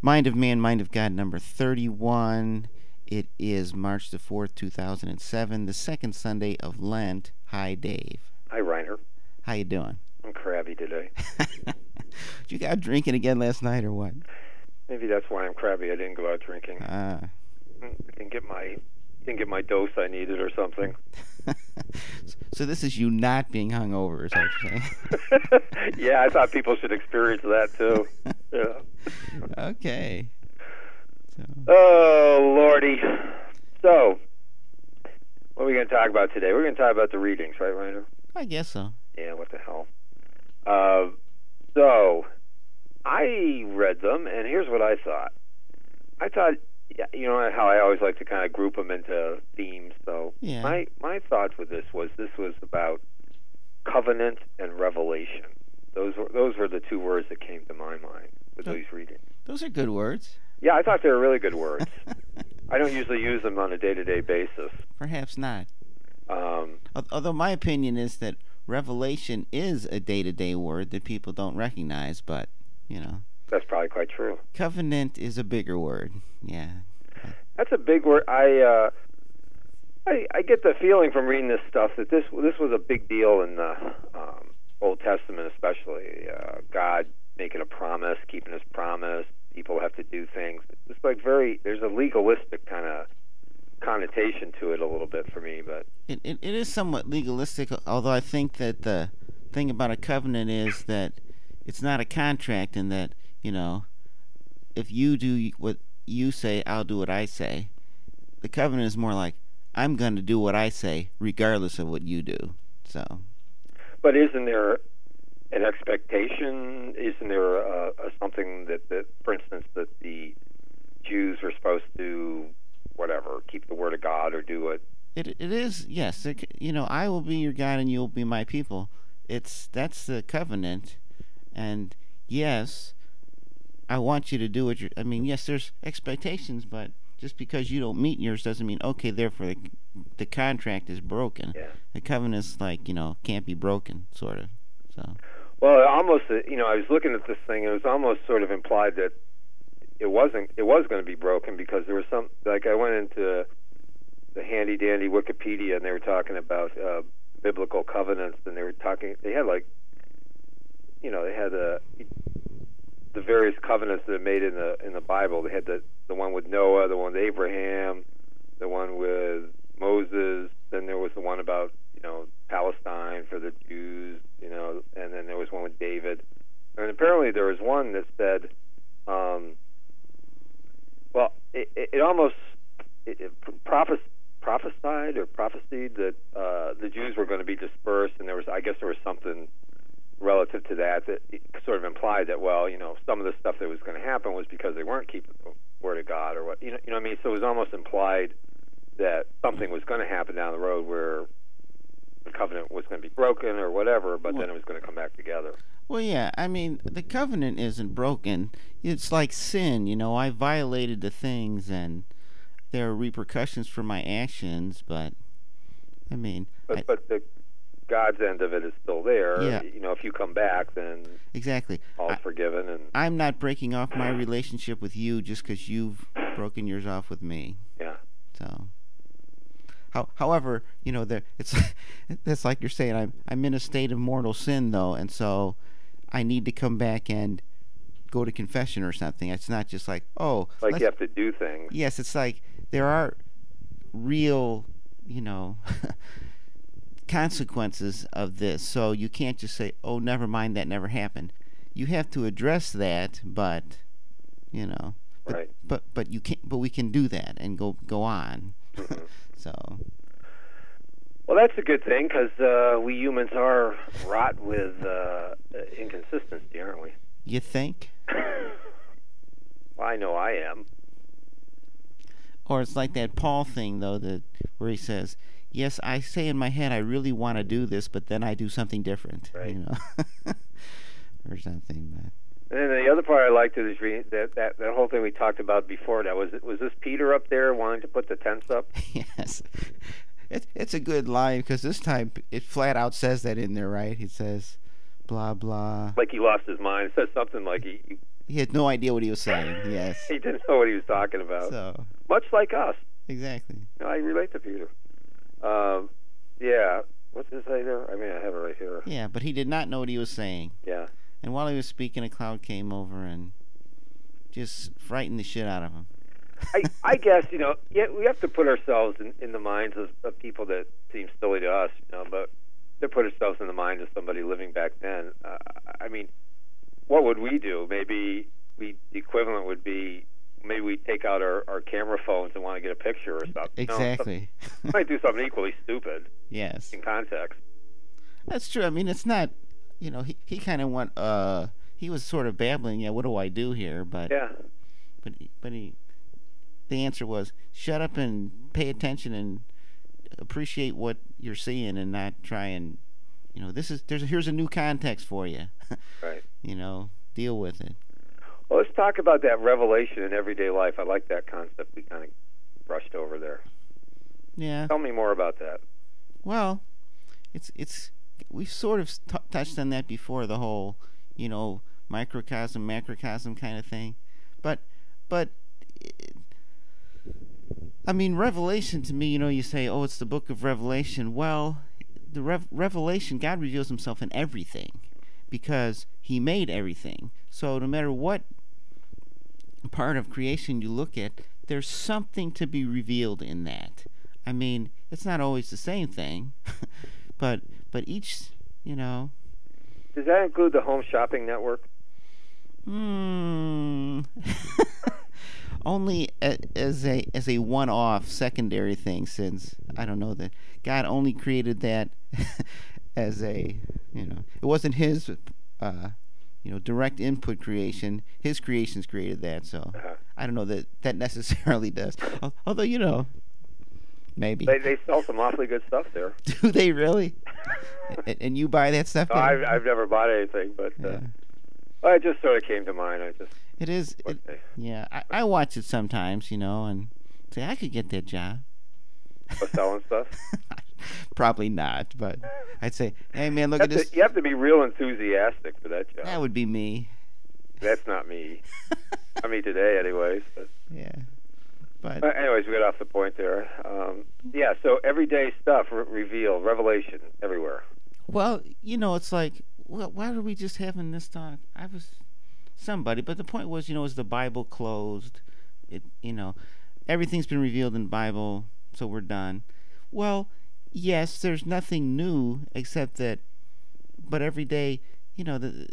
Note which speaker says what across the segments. Speaker 1: Mind of Man, Mind of God, number 31. It is March the 4th, 2007, the second Sunday of Lent. Hi, Dave.
Speaker 2: Hi, Reiner.
Speaker 1: How you doing?
Speaker 2: I'm crabby today.
Speaker 1: you got drinking again last night or what?
Speaker 2: Maybe that's why I'm crabby. I didn't go out drinking.
Speaker 1: Ah.
Speaker 2: Didn't get my didn't get my dose I needed or something.
Speaker 1: so this is you not being hungover, is what you're saying?
Speaker 2: yeah, I thought people should experience that too. Yeah.
Speaker 1: okay. So,
Speaker 2: Oh lordy. So, what are we going to talk about today? We're going to talk about the readings, right, Reiner?
Speaker 1: I guess so.
Speaker 2: Yeah. What the hell? Uh, so, I read them, and here's what I thought. I thought, yeah, you know how I always like to kind of group them into themes. So,
Speaker 1: Yeah.
Speaker 2: my my thoughts with this was this was about covenant and revelation. Those were those were the two words that came to my mind with
Speaker 1: Oh.
Speaker 2: these readings.
Speaker 1: Those are good words.
Speaker 2: Yeah, I thought they were really good words. I don't usually use them on a day to day basis.
Speaker 1: Perhaps not.
Speaker 2: Um,
Speaker 1: Al- Although my opinion is that revelation is a day-to-day word that people don't recognize, but you know,
Speaker 2: that's probably quite true.
Speaker 1: covenant is a bigger word. Yeah.
Speaker 2: That's a big word. I uh, I, I get the feeling from reading this stuff that this this was a big deal in the um, Old Testament, especially uh, God making a promise, keeping His promise. People have to do things. It's like very there's a legalistic kind of connotation to it a little bit for me, but
Speaker 1: It, it it is somewhat legalistic, although I think that the thing about a covenant is that it's not a contract, and that you know, if you do what you say, I'll do what I say. The covenant is more like I'm going to do what I say, regardless of what you do. So
Speaker 2: But isn't there an expectation? Isn't there a, a something that, that, for instance, that the Jews were supposed to, whatever, keep the word of God or do it?
Speaker 1: It it is yes. It, c- you know, I will be your God and you will be my people. It's that's the covenant, and yes, I want you to do what you. I mean, yes, there's expectations, but just because you don't meet yours doesn't mean okay. Therefore, the, the contract is broken.
Speaker 2: Yeah.
Speaker 1: The covenant's like you know can't be broken, sort of. So
Speaker 2: Well, it almost, uh, you know, I was looking at this thing, and it was almost sort of implied that it wasn't. It was going to be broken because there was some. Like I went into the handy dandy Wikipedia, and they were talking about uh, biblical covenants, and they were talking. They had like, you know, they had the the various covenants that are made in the in the Bible. They had the the one with Noah, the one with Abraham, the one with Moses. Then there was the one about you know Palestine for the Jews, you know, and then there was one with David. And apparently there was one that said, um, well, it, it, it almost it, it prophes- prophesied or prophesied that uh, the Jews were going to be dispersed, and there was I guess there was something relative to that that it sort of implied that well, you know, some of the stuff that was going to happen was because they weren't keeping the word of God or what you know, you know what I mean. So it was almost implied that something was going to happen down the road where the covenant was going to be broken or whatever, but then it was going to come back together.
Speaker 1: Well, yeah, I mean, the covenant isn't broken. It's like sin, you know. I violated the things, and there are repercussions for my actions. But, I mean,
Speaker 2: But
Speaker 1: I-
Speaker 2: but the God's end of it is still there.
Speaker 1: Yeah.
Speaker 2: You know, if you come back, then
Speaker 1: exactly.
Speaker 2: all's
Speaker 1: I,
Speaker 2: forgiven. And
Speaker 1: I'm not breaking off my relationship with you just because you've broken yours off with me.
Speaker 2: yeah,
Speaker 1: So, how, however, you know, there it's that's like you're saying I'm I'm in a state of mortal sin though, and so I need to come back and go to confession or something. It's not just like oh,
Speaker 2: like
Speaker 1: let's-
Speaker 2: you have to do things.
Speaker 1: yes, it's like there are real, you know, consequences of this. So you can't just say, "Oh, never mind, that never happened." You have to address that, but you know, but
Speaker 2: Right.
Speaker 1: but, but you can't. But we can do that and go go on.
Speaker 2: Mhm.
Speaker 1: so
Speaker 2: Well, that's a good thing because uh, we humans are wrought with uh, inconsistency, aren't we?
Speaker 1: you think,
Speaker 2: well, I know I am.
Speaker 1: or it's like that Paul thing though, that where he says. Yes, I say in my head I really want to do this, but then I do something different,
Speaker 2: Right.
Speaker 1: you know, or something. But
Speaker 2: And then the other part I liked is re- that, that that whole thing we talked about before. That was was this Peter up there wanting to put the tents up?
Speaker 1: yes. It, it's a good line because this time it flat out says that in there, right? He says, blah blah.
Speaker 2: Like he lost his mind. It says something like he
Speaker 1: He had no idea what he was saying. Yes.
Speaker 2: he didn't know what he was talking about.
Speaker 1: So
Speaker 2: Much like us.
Speaker 1: exactly.
Speaker 2: No, I relate to Peter. Um, yeah. What's his say there? I mean, I have it right here.
Speaker 1: Yeah, but he did not know what he was saying.
Speaker 2: Yeah.
Speaker 1: And while he was speaking, a cloud came over and just frightened the shit out of him.
Speaker 2: I, I guess you know. Yeah, we have to put ourselves in, in the minds of, of people that seem silly to us, you know. But to put ourselves in the mind of somebody living back then, uh, I mean, what would we do? Maybe we the equivalent would be maybe we take out our, our camera phones and want to get a picture or something. you know,
Speaker 1: Exactly.
Speaker 2: something- might do something equally stupid
Speaker 1: yes.
Speaker 2: in context.
Speaker 1: That's true. I mean, it's not, you know, he, he kind of went, uh, he was sort of babbling, yeah, what do I do here? But,
Speaker 2: Yeah.
Speaker 1: but, he- but he, the answer was shut up and pay attention and appreciate what you're seeing and not try and, you know, this is, there's, here's a new context for you.
Speaker 2: Right.
Speaker 1: You know, deal with it.
Speaker 2: Well, let's talk about that revelation in everyday life. I like that concept we kind of brushed over there.
Speaker 1: Yeah.
Speaker 2: Tell me more about that.
Speaker 1: Well, it's it's we've sort of t- touched on that before the whole, you know, microcosm macrocosm kind of thing. But but it, I mean revelation to me, you know, you say, "Oh, it's the book of revelation." Well, the rev- revelation God reveals himself in everything because he made everything. So no matter what part of creation you look at, there's something to be revealed in that. I mean, it's not always the same thing, but but each, you know,
Speaker 2: Does that include the home shopping network?
Speaker 1: hmm, only a, as a as a one-off secondary thing since I don't know that God only created that as a, you know, it wasn't his uh, you know, direct input creation. His creations created that, so
Speaker 2: Uh-huh.
Speaker 1: I don't know that that necessarily does. Al- Although, you know, maybe.
Speaker 2: They they sell some awfully good stuff there.
Speaker 1: Do they really? and, and you buy that stuff?
Speaker 2: No,
Speaker 1: now?
Speaker 2: I've I've never bought anything, but uh,
Speaker 1: yeah.
Speaker 2: well, it just sort of came to mind. I just
Speaker 1: It is. It,
Speaker 2: what they,
Speaker 1: yeah, I, I watch it sometimes, you know, and say I could get that job.
Speaker 2: was selling stuff.
Speaker 1: Probably not, but I'd say, hey man,
Speaker 2: You
Speaker 1: look
Speaker 2: have,
Speaker 1: at
Speaker 2: to,
Speaker 1: this.
Speaker 2: you have to be real enthusiastic for that job.
Speaker 1: That would be me.
Speaker 2: That's not me. I mean today, anyways. But,
Speaker 1: Yeah, but
Speaker 2: but anyways, we got off the point there. Um, yeah. So everyday stuff re- reveal revelation everywhere.
Speaker 1: Well, you know, it's like, well, why were we just having this talk? I was somebody, but the point was, you know, is the Bible closed? It, you know, everything's been revealed in the Bible, so we're done. Well, yes, there's nothing new except that, but every day, you know, the,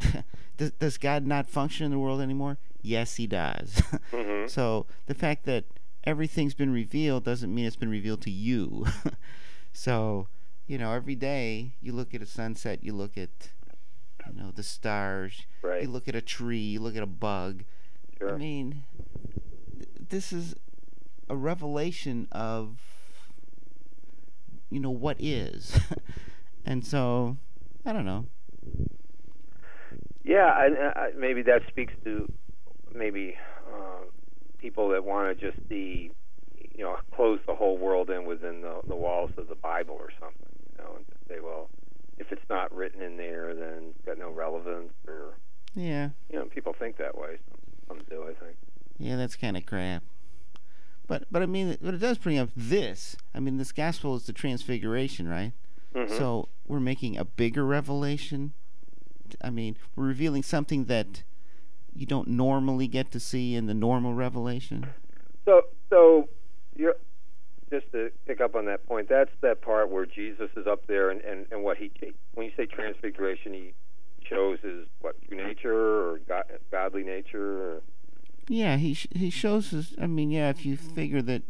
Speaker 1: does, does God not function in the world anymore? Yes, He does.
Speaker 2: hmm
Speaker 1: So the fact that everything's been revealed doesn't mean it's been revealed to you. so, you know, every day you look at a sunset, you look at you know the stars,
Speaker 2: Right.
Speaker 1: you look at a tree, you look at a bug. I
Speaker 2: Sure.
Speaker 1: mean, th- this is a revelation of you know what is. and so, I don't know.
Speaker 2: Yeah, and uh, I- maybe that speaks to maybe um, people that want to just see, you know, close the whole world in within the, the walls of the Bible or something, you know, and just say, well, if it's not written in there, then it's got no relevance, or
Speaker 1: Yeah.
Speaker 2: you know, people think that way. Some, some do, I think.
Speaker 1: Yeah, that's kind of crap. But but I mean, but it does bring up this. I mean, this gospel is the transfiguration, right?
Speaker 2: Mm-hmm.
Speaker 1: So we're making a bigger revelation. I mean, we're revealing something that you don't normally get to see in the normal revelation.
Speaker 2: So, so you're just to pick up on that point. That's that part where Jesus is up there, and and, and what he when you say transfiguration, he shows his what true nature or God, godly nature. Or,
Speaker 1: Yeah, he sh- he shows us. I mean, yeah, if you figure that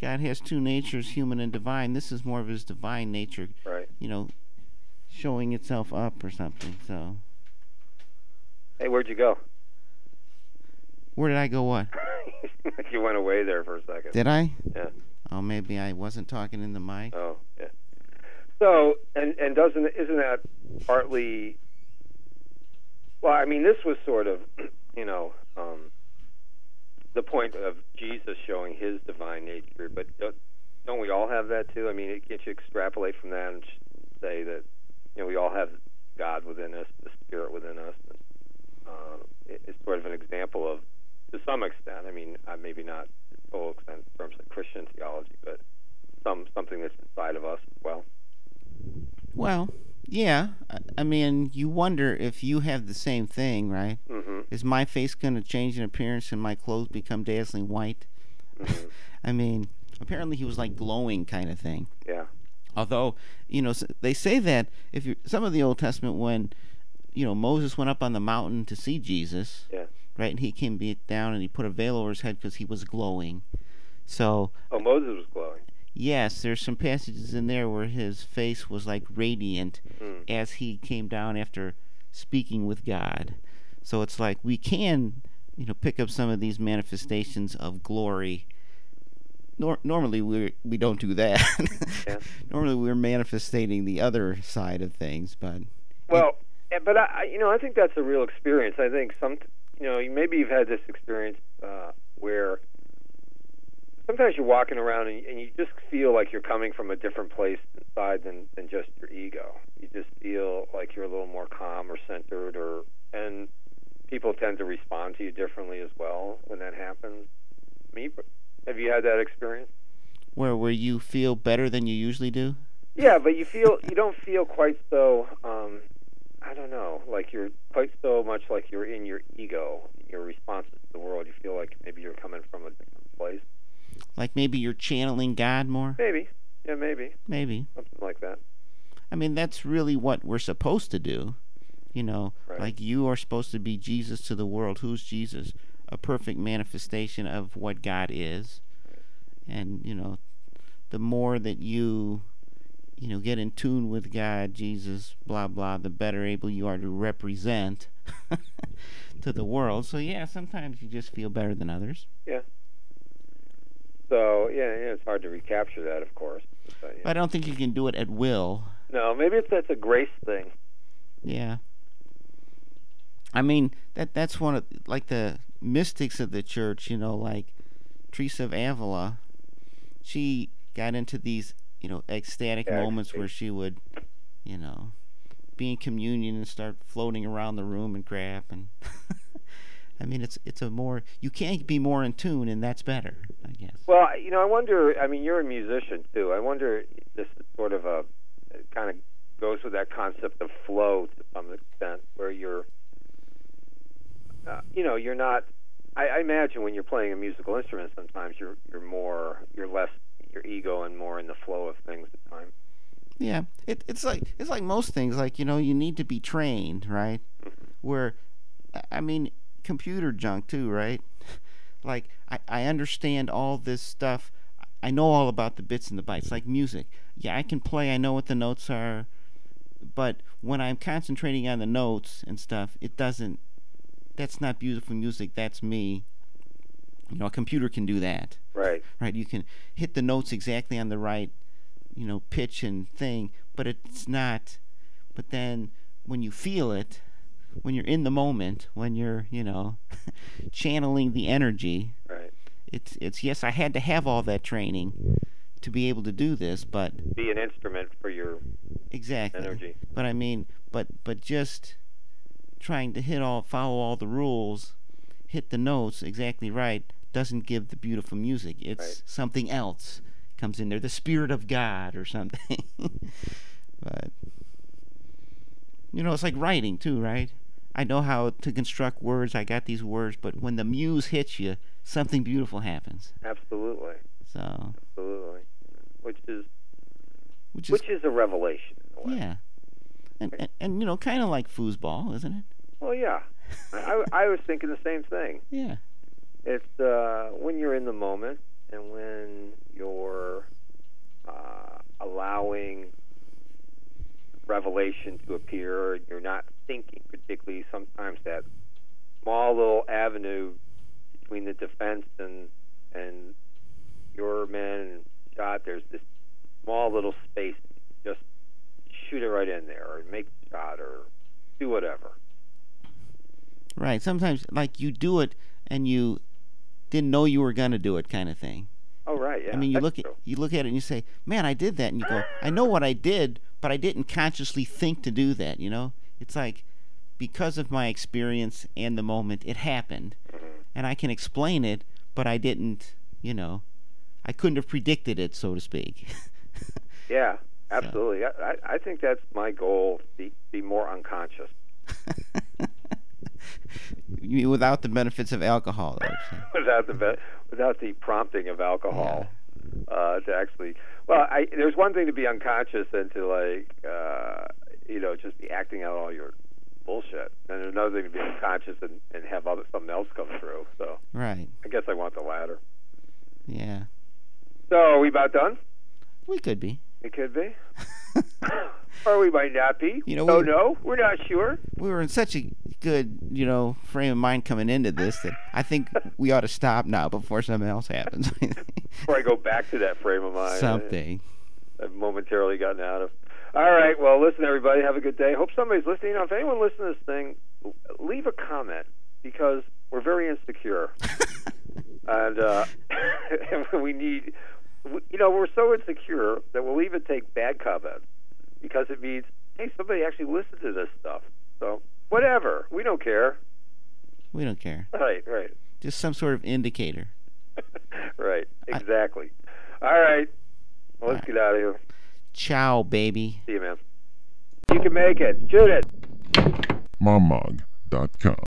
Speaker 1: God has two natures, human and divine, this is more of his divine nature,
Speaker 2: right.
Speaker 1: you know, showing itself up or something. So
Speaker 2: Hey, where'd you go?
Speaker 1: where did I go? What?
Speaker 2: Like you went away there for a second.
Speaker 1: Did I?
Speaker 2: Yeah.
Speaker 1: Oh, maybe I wasn't talking in the mic.
Speaker 2: Oh, yeah. So, and and doesn't isn't that partly? Well, I mean, this was sort of, you know, um, the point of Jesus showing his divine nature. But don't, don't we all have that too? I mean, it, can't you extrapolate from that and s- say that, you know, we all have God within us, the Spirit within us. And, uh, it, it's sort of an example of, to some extent, I mean, uh, maybe not to the full extent in terms of Christian theology, but some something that's inside of us as well.
Speaker 1: Well, yeah. I, I mean, you wonder if you have the same thing, right?
Speaker 2: Mm-hmm.
Speaker 1: Is my face going to change in appearance and my clothes become dazzling white?
Speaker 2: Mhm.
Speaker 1: I mean, apparently he was like glowing kind of thing.
Speaker 2: Yeah.
Speaker 1: Although, you know, s- they say that if you some of the Old Testament when you know Moses went up on the mountain to see Jesus,
Speaker 2: Yeah.
Speaker 1: right? And he came be- down and he put a veil over his head because he was glowing. So
Speaker 2: Oh, Moses was glowing.
Speaker 1: yes, there's some passages in there where his face was like radiant
Speaker 2: Mm.
Speaker 1: as he came down after speaking with God. So it's like we can, you know, pick up some of these manifestations of glory. Nor- normally we we don't do that.
Speaker 2: Yeah.
Speaker 1: normally we're manifesting the other side of things, but
Speaker 2: Well, eh, but I, I- you know, I think that's a real experience. I think some, you know, you- maybe you've had this experience uh, where sometimes you're walking around and, and you just feel like you're coming from a different place inside than than just your ego. You just feel like you're a little more calm or centered, or and people tend to respond to you differently as well when that happens. Me, have you had that experience?
Speaker 1: where where you feel better than you usually do?
Speaker 2: Yeah, but you feel you don't feel quite so um I don't know, like you're quite so much like you're in your ego, your responses to the world. You feel like maybe you're coming from a different place.
Speaker 1: Like maybe you're channeling God more?
Speaker 2: Maybe. Yeah, maybe.
Speaker 1: Maybe.
Speaker 2: Something like that.
Speaker 1: I mean, that's really what we're supposed to do. You know,
Speaker 2: Right.
Speaker 1: like you are supposed to be Jesus to the world. Who's Jesus? A perfect manifestation of what God is. And, you know, the more that you, you know, get in tune with God, Jesus, blah, blah, the better able you are to represent to the world. So, yeah, sometimes you just feel better than others.
Speaker 2: So yeah, yeah, it's hard to recapture that of course. But, yeah.
Speaker 1: But I don't think you can do it at will.
Speaker 2: no, maybe it's that's a grace thing.
Speaker 1: Yeah. I mean that that's one of like the mystics of the church, you know, like Teresa of Avila. She got into these, you know, ecstatic
Speaker 2: Yeah, I
Speaker 1: moments
Speaker 2: see.
Speaker 1: where she would, you know, be in communion and start floating around the room and crap and I mean it's it's a more you can't be more in tune and that's better, I guess.
Speaker 2: Well, I- you know, I wonder. I mean, you're a musician too. I wonder. This is sort of a it kind of goes with that concept of flow to some extent, where you're, uh, you know, you're not. I, I imagine when you're playing a musical instrument, sometimes you're you're more, you're less your ego and more in the flow of things at times.
Speaker 1: Yeah, it, it's like it's like most things. Like you know, you need to be trained, right? Where, I- I mean, computer junk too, right? Like I, I understand all this stuff. I know all about the bits and the bytes, like music. Yeah, I can play. I know what the notes are, but when I'm concentrating on the notes and stuff, it doesn't. That's not beautiful music. That's me. You know, a computer can do that
Speaker 2: Right.
Speaker 1: right? You can hit the notes exactly on the right, you know, pitch and thing, but it's not. But then when you feel it, when you're in the moment, when you're, you know, channeling the energy,
Speaker 2: Right.
Speaker 1: it's it's yes, I had to have all that training to be able to do this, but
Speaker 2: Be an instrument for your
Speaker 1: exactly.
Speaker 2: energy.
Speaker 1: But I mean, but but just trying to hit all follow all the rules, hit the notes exactly right doesn't give the beautiful music. It's
Speaker 2: Right.
Speaker 1: something else comes in there, the spirit of God or something. but you know, it's like writing too, right? I know how to construct words. I got these words, but when the muse hits you, something beautiful happens.
Speaker 2: Absolutely.
Speaker 1: So,
Speaker 2: Absolutely. Which is
Speaker 1: which is
Speaker 2: which is a revelation in a way.
Speaker 1: yeah, and and, and you know, kind of like foosball, isn't it?
Speaker 2: Well, yeah. I, I I was thinking the same thing.
Speaker 1: Yeah.
Speaker 2: It's uh, when you're in the moment and when you're uh, allowing revelation to appear and you're not thinking, particularly sometimes that small little avenue between the defense and and your man and shot, there's this small little space. Just shoot it right in there or make the shot or do whatever.
Speaker 1: Right. Sometimes, like you do it and you didn't know you were gonna do it, kind of thing.
Speaker 2: Oh, right, yeah.
Speaker 1: I mean, you
Speaker 2: that's
Speaker 1: look at
Speaker 2: true.
Speaker 1: you look at it and you say, "Man, I did that," and you go, "I know what I did, but I didn't consciously think to do that." You know, It's like because of my experience and the moment it happened,
Speaker 2: Mm-hmm.
Speaker 1: and I can explain it, but I didn't, you know, I couldn't have predicted it, so to speak.
Speaker 2: Yeah, absolutely. I, I- I think that's my goal: be be more unconscious.
Speaker 1: You mean Without the benefits of alcohol, though. so-
Speaker 2: without the ve-
Speaker 1: Mm-hmm.
Speaker 2: without the prompting of alcohol uh, to actually. Well, I, there's one thing to be unconscious and to like uh, you know just be acting out all your bullshit, and there's another thing to be unconscious and, and have other something else come through. So
Speaker 1: Right.
Speaker 2: I guess I want the latter.
Speaker 1: Yeah.
Speaker 2: So are we about done?
Speaker 1: We could be.
Speaker 2: It could be. or we might not be.
Speaker 1: You know,
Speaker 2: oh
Speaker 1: we-
Speaker 2: no, we're not sure.
Speaker 1: we were in such a good, you know, frame of mind coming into this that I think we ought to stop now before something else happens.
Speaker 2: Before I go back to that frame of mind, I-
Speaker 1: Something.
Speaker 2: I've momentarily gotten out of. All right. Well, listen, everybody. Have a good day. Hope somebody's listening. You know, if anyone listens to this thing, l- leave a comment because we're very insecure, and uh, we need. we- You know, we're so insecure that we'll even take bad comments because it means, hey, somebody actually listened to this stuff. So whatever, we don't care.
Speaker 1: We don't care.
Speaker 2: Right. Right.
Speaker 1: Just some sort of indicator.
Speaker 2: right.
Speaker 1: I-
Speaker 2: Exactly. All right. Well, let's get out of here.
Speaker 1: Ciao, baby.
Speaker 2: See you, man. You can make it. Shoot it.
Speaker 3: momog.com.